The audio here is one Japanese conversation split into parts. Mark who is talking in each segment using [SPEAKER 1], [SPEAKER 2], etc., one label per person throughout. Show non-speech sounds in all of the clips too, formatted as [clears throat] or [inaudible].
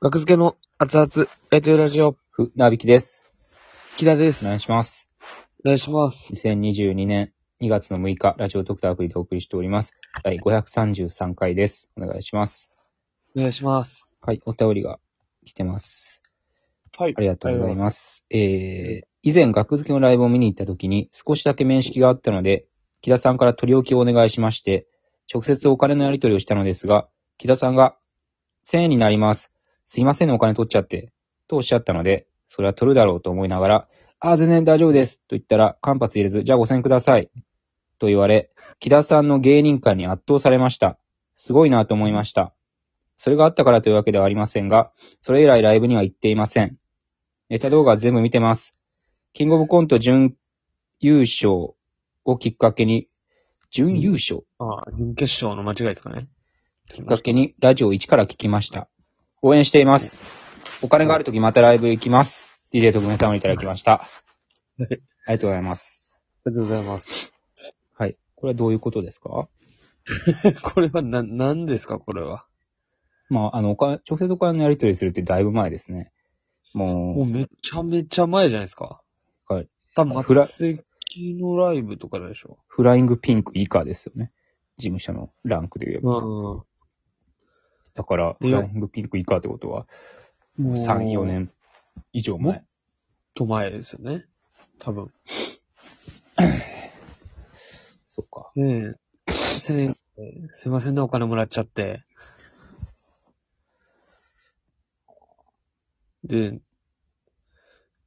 [SPEAKER 1] 学付けの熱々、ライトラジオ、
[SPEAKER 2] ふ、なびきです。
[SPEAKER 1] 木田で
[SPEAKER 2] お
[SPEAKER 1] す。
[SPEAKER 2] 願いします。
[SPEAKER 1] お願いします。
[SPEAKER 2] 2022年2月の6日、ラジオドクターアプリでお送りしております。第533回です。お願いします。
[SPEAKER 1] お願いします。
[SPEAKER 2] はい、お便りが来てます。
[SPEAKER 1] はい
[SPEAKER 2] ありがとうございま。す。えー、以前、学付けのライブを見に行った時に少しだけ面識があったので、木田さんから取り置きをお願いしまして、直接お金のやり取りをしたのですが、木田さんが、1000円になります。すいませんね、お金取っちゃって。とおっしゃったので、それは取るだろうと思いながら、ああ、全然大丈夫です。と言ったら、間髪入れず、じゃあ5000円ください。と言われ、木田さんの芸人感に圧倒されました。すごいなと思いました。それがあったからというわけではありませんが、それ以来ライブには行っていません。ネタ動画は全部見てます。キングオブコント準優勝をきっかけに、準優勝
[SPEAKER 1] ああ、準決勝の間違いですかね。き
[SPEAKER 2] きっかけにラジオ1から聞きました。応援しています。お金があるときまたライブ行きます。DJ 特命さんをいただきました。ありがとうございます。
[SPEAKER 1] ありがとうございます。
[SPEAKER 2] はい。これはどういうことですか
[SPEAKER 1] [laughs] これはな、何ですかこれは。
[SPEAKER 2] まあ、あの、お金、直接お金のやり取りするってだいぶ前ですね。
[SPEAKER 1] もう
[SPEAKER 2] も
[SPEAKER 1] めちゃめちゃ前じゃないですか。
[SPEAKER 2] はい。
[SPEAKER 1] 多分、
[SPEAKER 2] フラ
[SPEAKER 1] 末席のライブとかでしょ
[SPEAKER 2] う、。フライングピンク以下ですよね。事務所のランクで言えば。
[SPEAKER 1] うん。
[SPEAKER 2] だから、
[SPEAKER 1] で
[SPEAKER 2] フライングピンク以下ってことは、3、4。年以上
[SPEAKER 1] もっ
[SPEAKER 2] 前。
[SPEAKER 1] と前ですよね。多分。
[SPEAKER 2] そうか。
[SPEAKER 1] ねえ。せんすいませんね、お金もらっちゃって。で、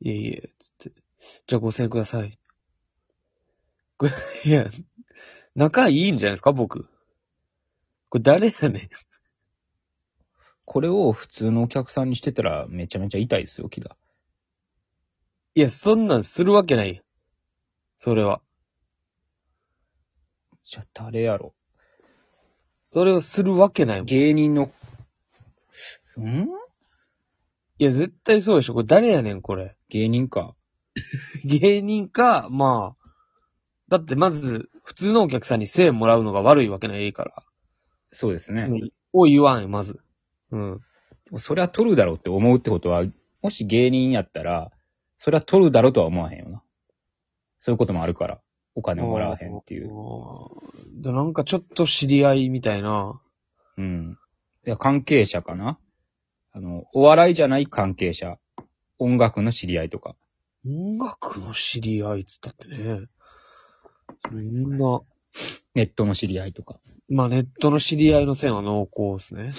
[SPEAKER 1] いえいえ、つって。じゃあ5000円ください。 [laughs] これいや、仲いいんじゃないですか、僕。これ誰やねん。
[SPEAKER 2] これを普通のお客さんにしてたらめちゃめちゃ痛いですよ、木田。
[SPEAKER 1] いや、そんなんするわけない。それは。
[SPEAKER 2] じゃあ誰やろ
[SPEAKER 1] それをするわけないもん。い
[SPEAKER 2] 芸人の、ん
[SPEAKER 1] や、絶対そうでしょ。これ誰やねん、これ。
[SPEAKER 2] 芸人か。
[SPEAKER 1] 芸人か、まあ、だってまず、普通のお客さんに1000円もらうのが悪いわけないから。
[SPEAKER 2] そうですね。
[SPEAKER 1] その
[SPEAKER 2] で
[SPEAKER 1] を言わんよ、まず。うん。
[SPEAKER 2] もそりゃ取るだろうって思うってことは、もし芸人やったら、そりゃ取るだろうとは思わへんよな。そういうこともあるから。お金をもらわへんっていう。
[SPEAKER 1] う。でなんかちょっと知り合いみたいな。
[SPEAKER 2] うん。いや、関係者かなあの、お笑いじゃない関係者。音楽の知り合いとか。
[SPEAKER 1] 音楽の知り合いっつったってね。それみんな、
[SPEAKER 2] ネットの知り合いとか。
[SPEAKER 1] まあネットの知り合いの線は濃厚ですね。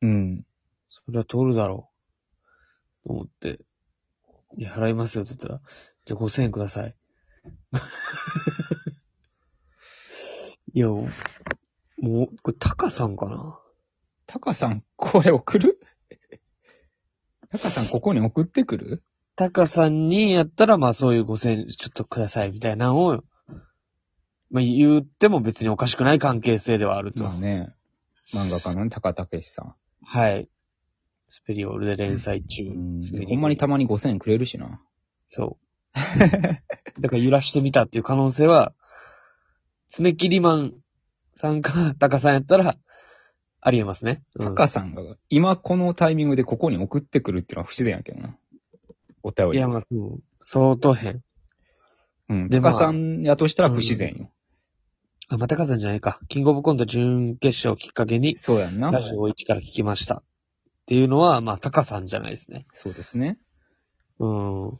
[SPEAKER 2] うん。
[SPEAKER 1] それは通るだろう。と思って。いや、払いますよって言ったら、じゃあ5000円ください。 [laughs] いや、もう、これ、タカさんかな
[SPEAKER 2] タカさん、これ送る [laughs] タカさん、ここに送ってくる
[SPEAKER 1] タカさんにやったら、まあそういう5000円ちょっとくださいみたいなのを、まあ言っても別におかしくない関係性ではあると。
[SPEAKER 2] まあね、漫画家のね高田健さ
[SPEAKER 1] はい。スペリオールで連載中
[SPEAKER 2] ん。うん。。
[SPEAKER 1] スペリオール
[SPEAKER 2] ほんまにたまに5000円くれるしな。
[SPEAKER 1] [laughs] そう。だから揺らしてみたっていう可能性は、爪切りマンさんか、タカさんやったら、ありえますね。う
[SPEAKER 2] タ
[SPEAKER 1] ん、
[SPEAKER 2] カさんが、今このタイミングでここに送ってくるっていうのは不自然やけどな。お便
[SPEAKER 1] い
[SPEAKER 2] り。
[SPEAKER 1] や、まあ、そう相当変。
[SPEAKER 2] うん。
[SPEAKER 1] で
[SPEAKER 2] タ
[SPEAKER 1] まあ
[SPEAKER 2] カさんやとしたら不自然よ。
[SPEAKER 1] あ、まあ、タカさんじゃないか。キングオブコント準決勝をきっかけに、
[SPEAKER 2] そうやんな
[SPEAKER 1] ラ。ジオを一から聞きました。っていうのは、まあ、タカさんじゃないですね。
[SPEAKER 2] そうですね。
[SPEAKER 1] うーん。う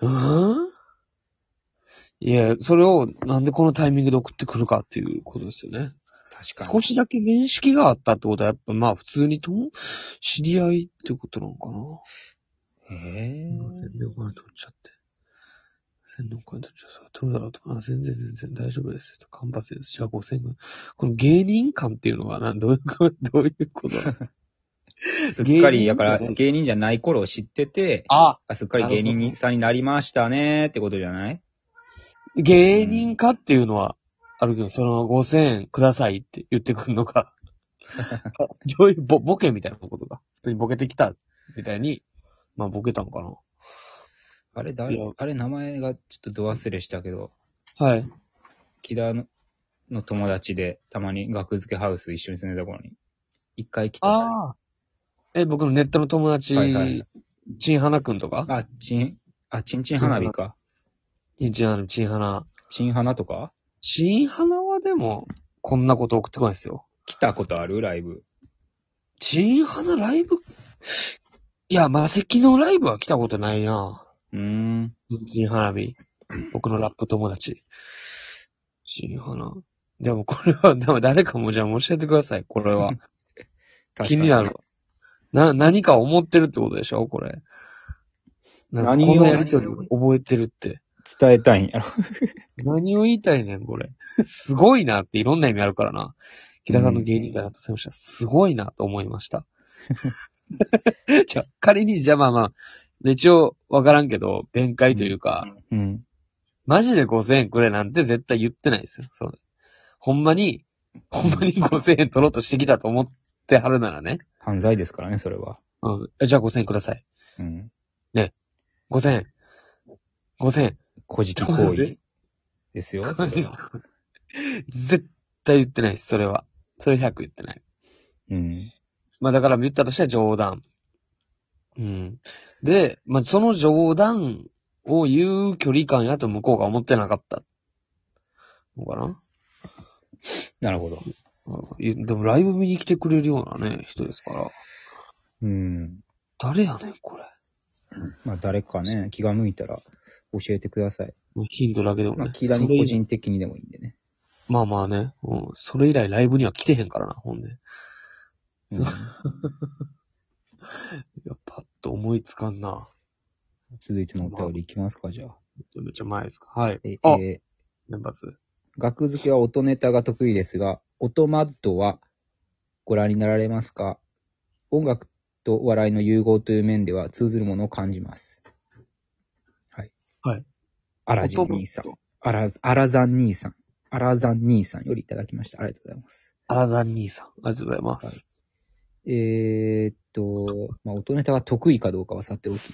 [SPEAKER 1] ーんいや、それをなんでこのタイミングで送ってくるかっていうことですよね。
[SPEAKER 2] 確か
[SPEAKER 1] 少
[SPEAKER 2] に。
[SPEAKER 1] しだけ面識があったってことは、やっぱまあ普通にとも、知り合いってことなのかな。全
[SPEAKER 2] へ
[SPEAKER 1] 然お金取っちゃって。全然お金取っちゃって、取るだろうと。あ、全然全然大丈夫ですよ。カンパスです。じゃあ5000円。この芸人感っていうのはな、どう [laughs] いうこ、どういうことなんですか
[SPEAKER 2] え。すっか
[SPEAKER 1] 芸
[SPEAKER 2] り、
[SPEAKER 1] 人
[SPEAKER 2] だから
[SPEAKER 1] じゃない
[SPEAKER 2] 芸人じゃない頃を知ってて、
[SPEAKER 1] あ
[SPEAKER 2] あすっかり
[SPEAKER 1] なる
[SPEAKER 2] 芸
[SPEAKER 1] ほど
[SPEAKER 2] 人さんになりましたねってことじゃない
[SPEAKER 1] 芸人かっていうのは、あるけど、その5000円くださいって言ってくるの [laughs] か。どういうボ、ボケみたいなことか。普通にボケてきた、みたいに、まあボケたんかな。
[SPEAKER 2] あれ
[SPEAKER 1] いや
[SPEAKER 2] 誰、あれ名前がちょっとど忘れしたけど、
[SPEAKER 1] はい。
[SPEAKER 2] 木田のの友達で、たまに学付けハウス一緒に住んでた頃に、一回来てた、
[SPEAKER 1] ああ。え、僕のネットの友達、
[SPEAKER 2] はいはい
[SPEAKER 1] チンハナくんとか
[SPEAKER 2] あ、ちん、あ、ちんちん花火か。
[SPEAKER 1] チンチンハナ、チンハナ。
[SPEAKER 2] ちん花とか
[SPEAKER 1] チンハナはでも、こんなこと送ってこないですよ。
[SPEAKER 2] 来たことあるライブ。
[SPEAKER 1] チンハナライブいや、マセキのライブは来たことないな。
[SPEAKER 2] うーん。
[SPEAKER 1] チンハナビ。僕のラップ友達。チンハナ。でもこれは、でも誰かもじゃあ教えてください、これ [laughs] は。気になる。な、何か思ってるってことでしょこれ。なんか
[SPEAKER 2] 何
[SPEAKER 1] こ
[SPEAKER 2] を
[SPEAKER 1] のやりとり覚えてるって。
[SPEAKER 2] 伝えたいん [laughs] やろ。
[SPEAKER 1] 何を言いたいねん、これ。 [laughs] すごいなっていろんな意味あるからな。木田さんの芸人だなと思いました。すごいなと思いました。 [laughs] じゃあ、仮に、じゃあまあまあ、一応わからんけど、弁解というか、
[SPEAKER 2] うん。
[SPEAKER 1] マジで5000円くれなんて絶対言ってないですよ。そう。ほんまに、ほんまに5000円取ろうとしてきたと思ってはるならね。
[SPEAKER 2] 犯罪ですからね、それは。
[SPEAKER 1] うん。えじゃあ5000円ください。
[SPEAKER 2] うん。
[SPEAKER 1] 5000円。5000円。 [laughs]
[SPEAKER 2] 古事記行為ですよ。それは
[SPEAKER 1] 絶対言ってないです、それは。それ100言ってない。
[SPEAKER 2] うん。
[SPEAKER 1] まあだから言ったとしては冗談。うん。で、まあその冗談を言う距離感やと向こうが思ってなかった。のかな
[SPEAKER 2] なるほど。
[SPEAKER 1] うんでもライブ見に来てくれるようなね、人ですから。
[SPEAKER 2] うん。
[SPEAKER 1] 誰やねん、これ。
[SPEAKER 2] まあ、誰かね、気が向いたら教えてください。
[SPEAKER 1] もうヒントだけでも
[SPEAKER 2] まあ、
[SPEAKER 1] ね。
[SPEAKER 2] 気が
[SPEAKER 1] それ以
[SPEAKER 2] 個人的にでもいいんでね。
[SPEAKER 1] まあまあね、うん。それ以来ライブには来てへんからな、ほんで。
[SPEAKER 2] う
[SPEAKER 1] そうんいやパッと思いつかんな。
[SPEAKER 2] 続いてのお便りいきますか、じゃあ。
[SPEAKER 1] めっちゃ前ですか。はい。
[SPEAKER 2] え
[SPEAKER 1] あ、
[SPEAKER 2] え
[SPEAKER 1] 年末。
[SPEAKER 2] ー、学付けは音ネタが得意ですが、音マッドはご覧になられますか音楽と笑いの融合という面では通ずるものを感じます。はい。
[SPEAKER 1] はい。
[SPEAKER 2] アラジン兄さん。アラ、アラザン兄さん。アラザン兄さんよりいただきました。ありがとうございます。
[SPEAKER 1] アラザン兄さん。ありがとうございます。
[SPEAKER 2] えー、っと、まあ、音ネタが得意かどうかはさておき、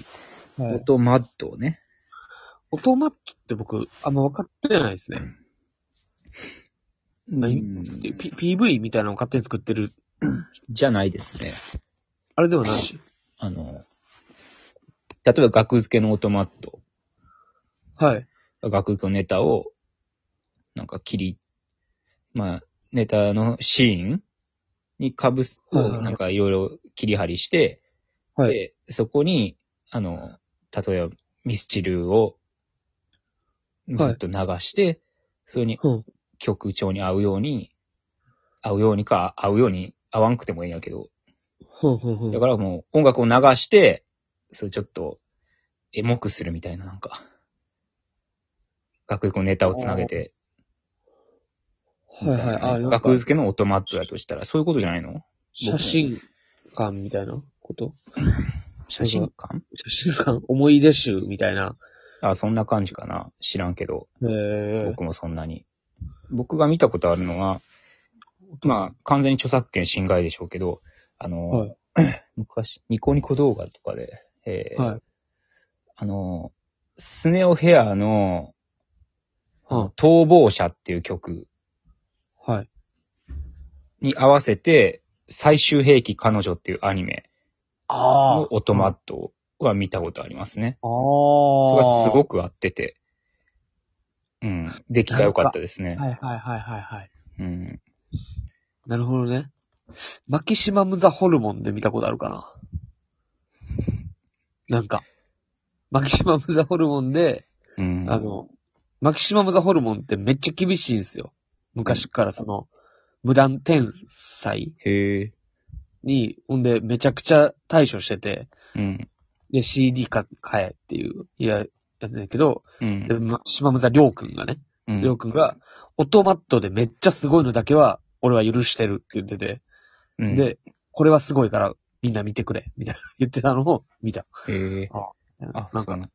[SPEAKER 1] はい、
[SPEAKER 2] 音マッドをね、
[SPEAKER 1] オトマットって僕、あんま分かってないですね。
[SPEAKER 2] う
[SPEAKER 1] 何
[SPEAKER 2] ん
[SPEAKER 1] で P- PV みたいなのを勝手に作ってる。
[SPEAKER 2] じゃないですね。
[SPEAKER 1] あれではないし。
[SPEAKER 2] あの、例えば額付けのオートマット、
[SPEAKER 1] はい。
[SPEAKER 2] 額付けのネタを、なんか切り、まあ、ネタのシーンに被す、
[SPEAKER 1] はい
[SPEAKER 2] を
[SPEAKER 1] はいはい
[SPEAKER 2] なんかいろいろ切り張りして、
[SPEAKER 1] はい
[SPEAKER 2] で、そこに、あの、例えばミスチルをずっと流して、それに
[SPEAKER 1] うん。
[SPEAKER 2] 曲調に合うように、合うようにか、合うように、合わんくてもいいんやけど、
[SPEAKER 1] ほうほうほう。
[SPEAKER 2] だからもう音楽を流して、それちょっと、エモくするみたいな、なんか。楽曲のネタをつなげて、
[SPEAKER 1] はいはい。あ、なんか
[SPEAKER 2] 楽付けのオートマットだとしたら、そういうことじゃないの
[SPEAKER 1] 写真館みたいなこと
[SPEAKER 2] 写真館
[SPEAKER 1] 写真館思い出集みたいな。
[SPEAKER 2] あ、そんな感じかな。知らんけど、
[SPEAKER 1] え
[SPEAKER 2] 僕もそんなに。僕が見たことあるのは、まあ、完全に著作権侵害でしょうけど、あの、
[SPEAKER 1] はい
[SPEAKER 2] [clears throat] 昔、ニコニコ動画とかで、え
[SPEAKER 1] え
[SPEAKER 2] ー
[SPEAKER 1] はい。
[SPEAKER 2] あの、スネオヘアの、あ
[SPEAKER 1] は
[SPEAKER 2] の逃亡者っていう曲
[SPEAKER 1] い。はい。
[SPEAKER 2] に合わせて、最終兵器彼女っていうアニメ
[SPEAKER 1] あ
[SPEAKER 2] のオトマットは見たことありますね。
[SPEAKER 1] あ
[SPEAKER 2] それが
[SPEAKER 1] あ。
[SPEAKER 2] すご
[SPEAKER 1] く。
[SPEAKER 2] く合ってて、うん、出来が良かったですね。
[SPEAKER 1] はいはいはいはいはい。
[SPEAKER 2] うん、
[SPEAKER 1] なるほどね。マキシマムザホルモンで見たことあるかななんか、マキシマムザホルモンで、
[SPEAKER 2] うん。
[SPEAKER 1] あの、マキシマムザホルモンってめっちゃ厳しいんですよ。昔からその、無断転載
[SPEAKER 2] へえ、
[SPEAKER 1] に、ほんでめちゃくちゃ対処してて、
[SPEAKER 2] うん、
[SPEAKER 1] で、CD か買えっていう、いや、やつだけど、
[SPEAKER 2] う
[SPEAKER 1] で、
[SPEAKER 2] ん。
[SPEAKER 1] マキシマムザりょうくんがね、
[SPEAKER 2] うん
[SPEAKER 1] りょうくんが、オートマットでめっちゃすごいのだけは、俺は許してるって言ってて、
[SPEAKER 2] うん、
[SPEAKER 1] で、これはすごいから、みんな見てくれ、みたいな言ってたのを見た。
[SPEAKER 2] へえ、あ、
[SPEAKER 1] な
[SPEAKER 2] なんん
[SPEAKER 1] か、
[SPEAKER 2] か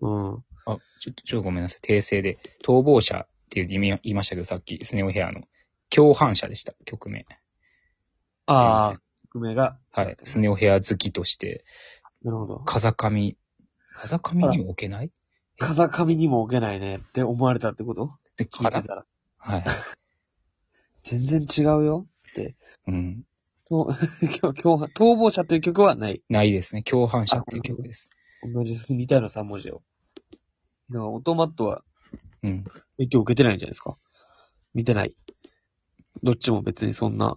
[SPEAKER 1] うん。は
[SPEAKER 2] あ、ちょっと、ちょっとごめんなさい。訂正で。逃亡者っていう意味を言いましたけど、さっき、スネオヘアの。共犯者でした、曲名。
[SPEAKER 1] あ
[SPEAKER 2] あ
[SPEAKER 1] あ、曲名が。
[SPEAKER 2] はい。スネオヘア好きとして、
[SPEAKER 1] なるほど。
[SPEAKER 2] 風上。風上にも置けない
[SPEAKER 1] 風上にも置けないねって思われたってこと
[SPEAKER 2] で、
[SPEAKER 1] 聞い
[SPEAKER 2] 風
[SPEAKER 1] てたら。
[SPEAKER 2] はい。
[SPEAKER 1] 全然違うよ。
[SPEAKER 2] うん。
[SPEAKER 1] そう、 [laughs] 今日、今日、逃亡者という曲はない。
[SPEAKER 2] ないですね。共犯者っていう曲です。
[SPEAKER 1] 同じ似たような3文字を。だから、オトマットは
[SPEAKER 2] うん。
[SPEAKER 1] 影響受けてないんじゃないですか。見てない。どっちも別にそんな。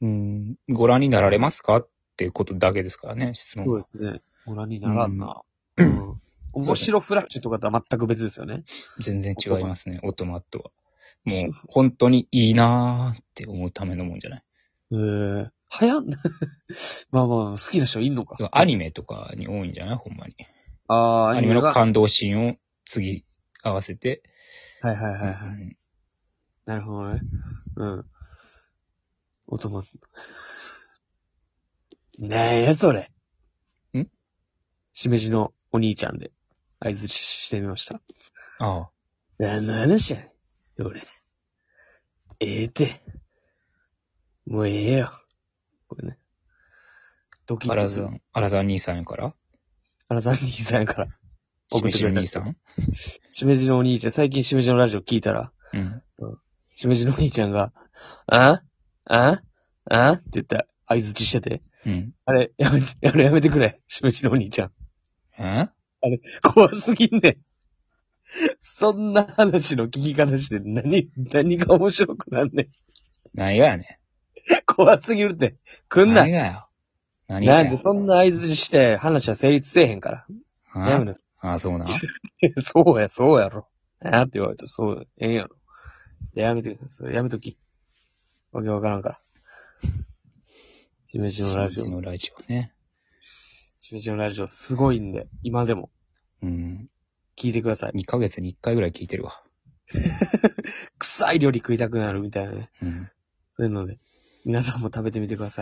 [SPEAKER 2] うん。ご覧になられますかってことだけですからね、質問は。
[SPEAKER 1] ですね。ご覧にならんな。うん。面白フラッシュとかとは全く別ですよね。
[SPEAKER 2] 全然違いますね、オトマットは。もう、本当にいいなーって思うためのもんじゃない。
[SPEAKER 1] ええ流行ん、 [laughs] まあまあ、好きな人いんのか。
[SPEAKER 2] アニメとかに多いんじゃないほんまに。
[SPEAKER 1] ああ、
[SPEAKER 2] ア
[SPEAKER 1] ア
[SPEAKER 2] ニ
[SPEAKER 1] ニ
[SPEAKER 2] メ
[SPEAKER 1] メ
[SPEAKER 2] の
[SPEAKER 1] が。はい
[SPEAKER 2] 感動シーンを次合わせて。
[SPEAKER 1] はいはいは
[SPEAKER 2] う
[SPEAKER 1] い。
[SPEAKER 2] ん
[SPEAKER 1] なるほどね。うん。オトマン。ねえ、それ。
[SPEAKER 2] ん
[SPEAKER 1] しめじのお兄ちゃんで、合図してみました。
[SPEAKER 2] ああ。
[SPEAKER 1] 何の話やねん。俺。ええって。もうええよ。これね。ドキ
[SPEAKER 2] ア
[SPEAKER 1] ッ
[SPEAKER 2] ラ
[SPEAKER 1] と
[SPEAKER 2] ザ
[SPEAKER 1] する。
[SPEAKER 2] ン、アラザン兄さんやから
[SPEAKER 1] アラザン兄さんやから。
[SPEAKER 2] し
[SPEAKER 1] 送っ
[SPEAKER 2] め
[SPEAKER 1] て
[SPEAKER 2] じ
[SPEAKER 1] くれ
[SPEAKER 2] の
[SPEAKER 1] た
[SPEAKER 2] 兄さん
[SPEAKER 1] しめじのお兄ちゃん、最近しめじのラジオ聞いたら、
[SPEAKER 2] うん。
[SPEAKER 1] しめじのお兄ちゃんが、あああって言ったら、合図してて。
[SPEAKER 2] うん。
[SPEAKER 1] あれ、やめて、あれやめてくれ。しめじのお兄ちゃん。
[SPEAKER 2] え
[SPEAKER 1] 怖すぎんねん。そんな話の聞き方して何、何が面白くなんねん。
[SPEAKER 2] 何がやね
[SPEAKER 1] 怖すぎるって。く
[SPEAKER 2] ん。
[SPEAKER 1] んな
[SPEAKER 2] 何
[SPEAKER 1] い。
[SPEAKER 2] がや何が
[SPEAKER 1] な
[SPEAKER 2] や
[SPEAKER 1] んでそんな合図して話は成立せえへんから。やめ
[SPEAKER 2] あ
[SPEAKER 1] な
[SPEAKER 2] あ、そう
[SPEAKER 1] [laughs]
[SPEAKER 2] な。
[SPEAKER 1] そうや、そうやろ。あって言われたら、そう、ええやろ。いややめてください。やめとき。わけわからんから。しめじのラジ
[SPEAKER 2] しめじ
[SPEAKER 1] オ。
[SPEAKER 2] のラジオね。
[SPEAKER 1] しめじのラジオすごいんで、今でも
[SPEAKER 2] うん。
[SPEAKER 1] 聞いてください。
[SPEAKER 2] 2ヶ月に1回ぐらい聞いてるわ。
[SPEAKER 1] 臭い料理食いたくなるみたいなね。
[SPEAKER 2] うん。
[SPEAKER 1] そういうので、皆さんも食べてみてください。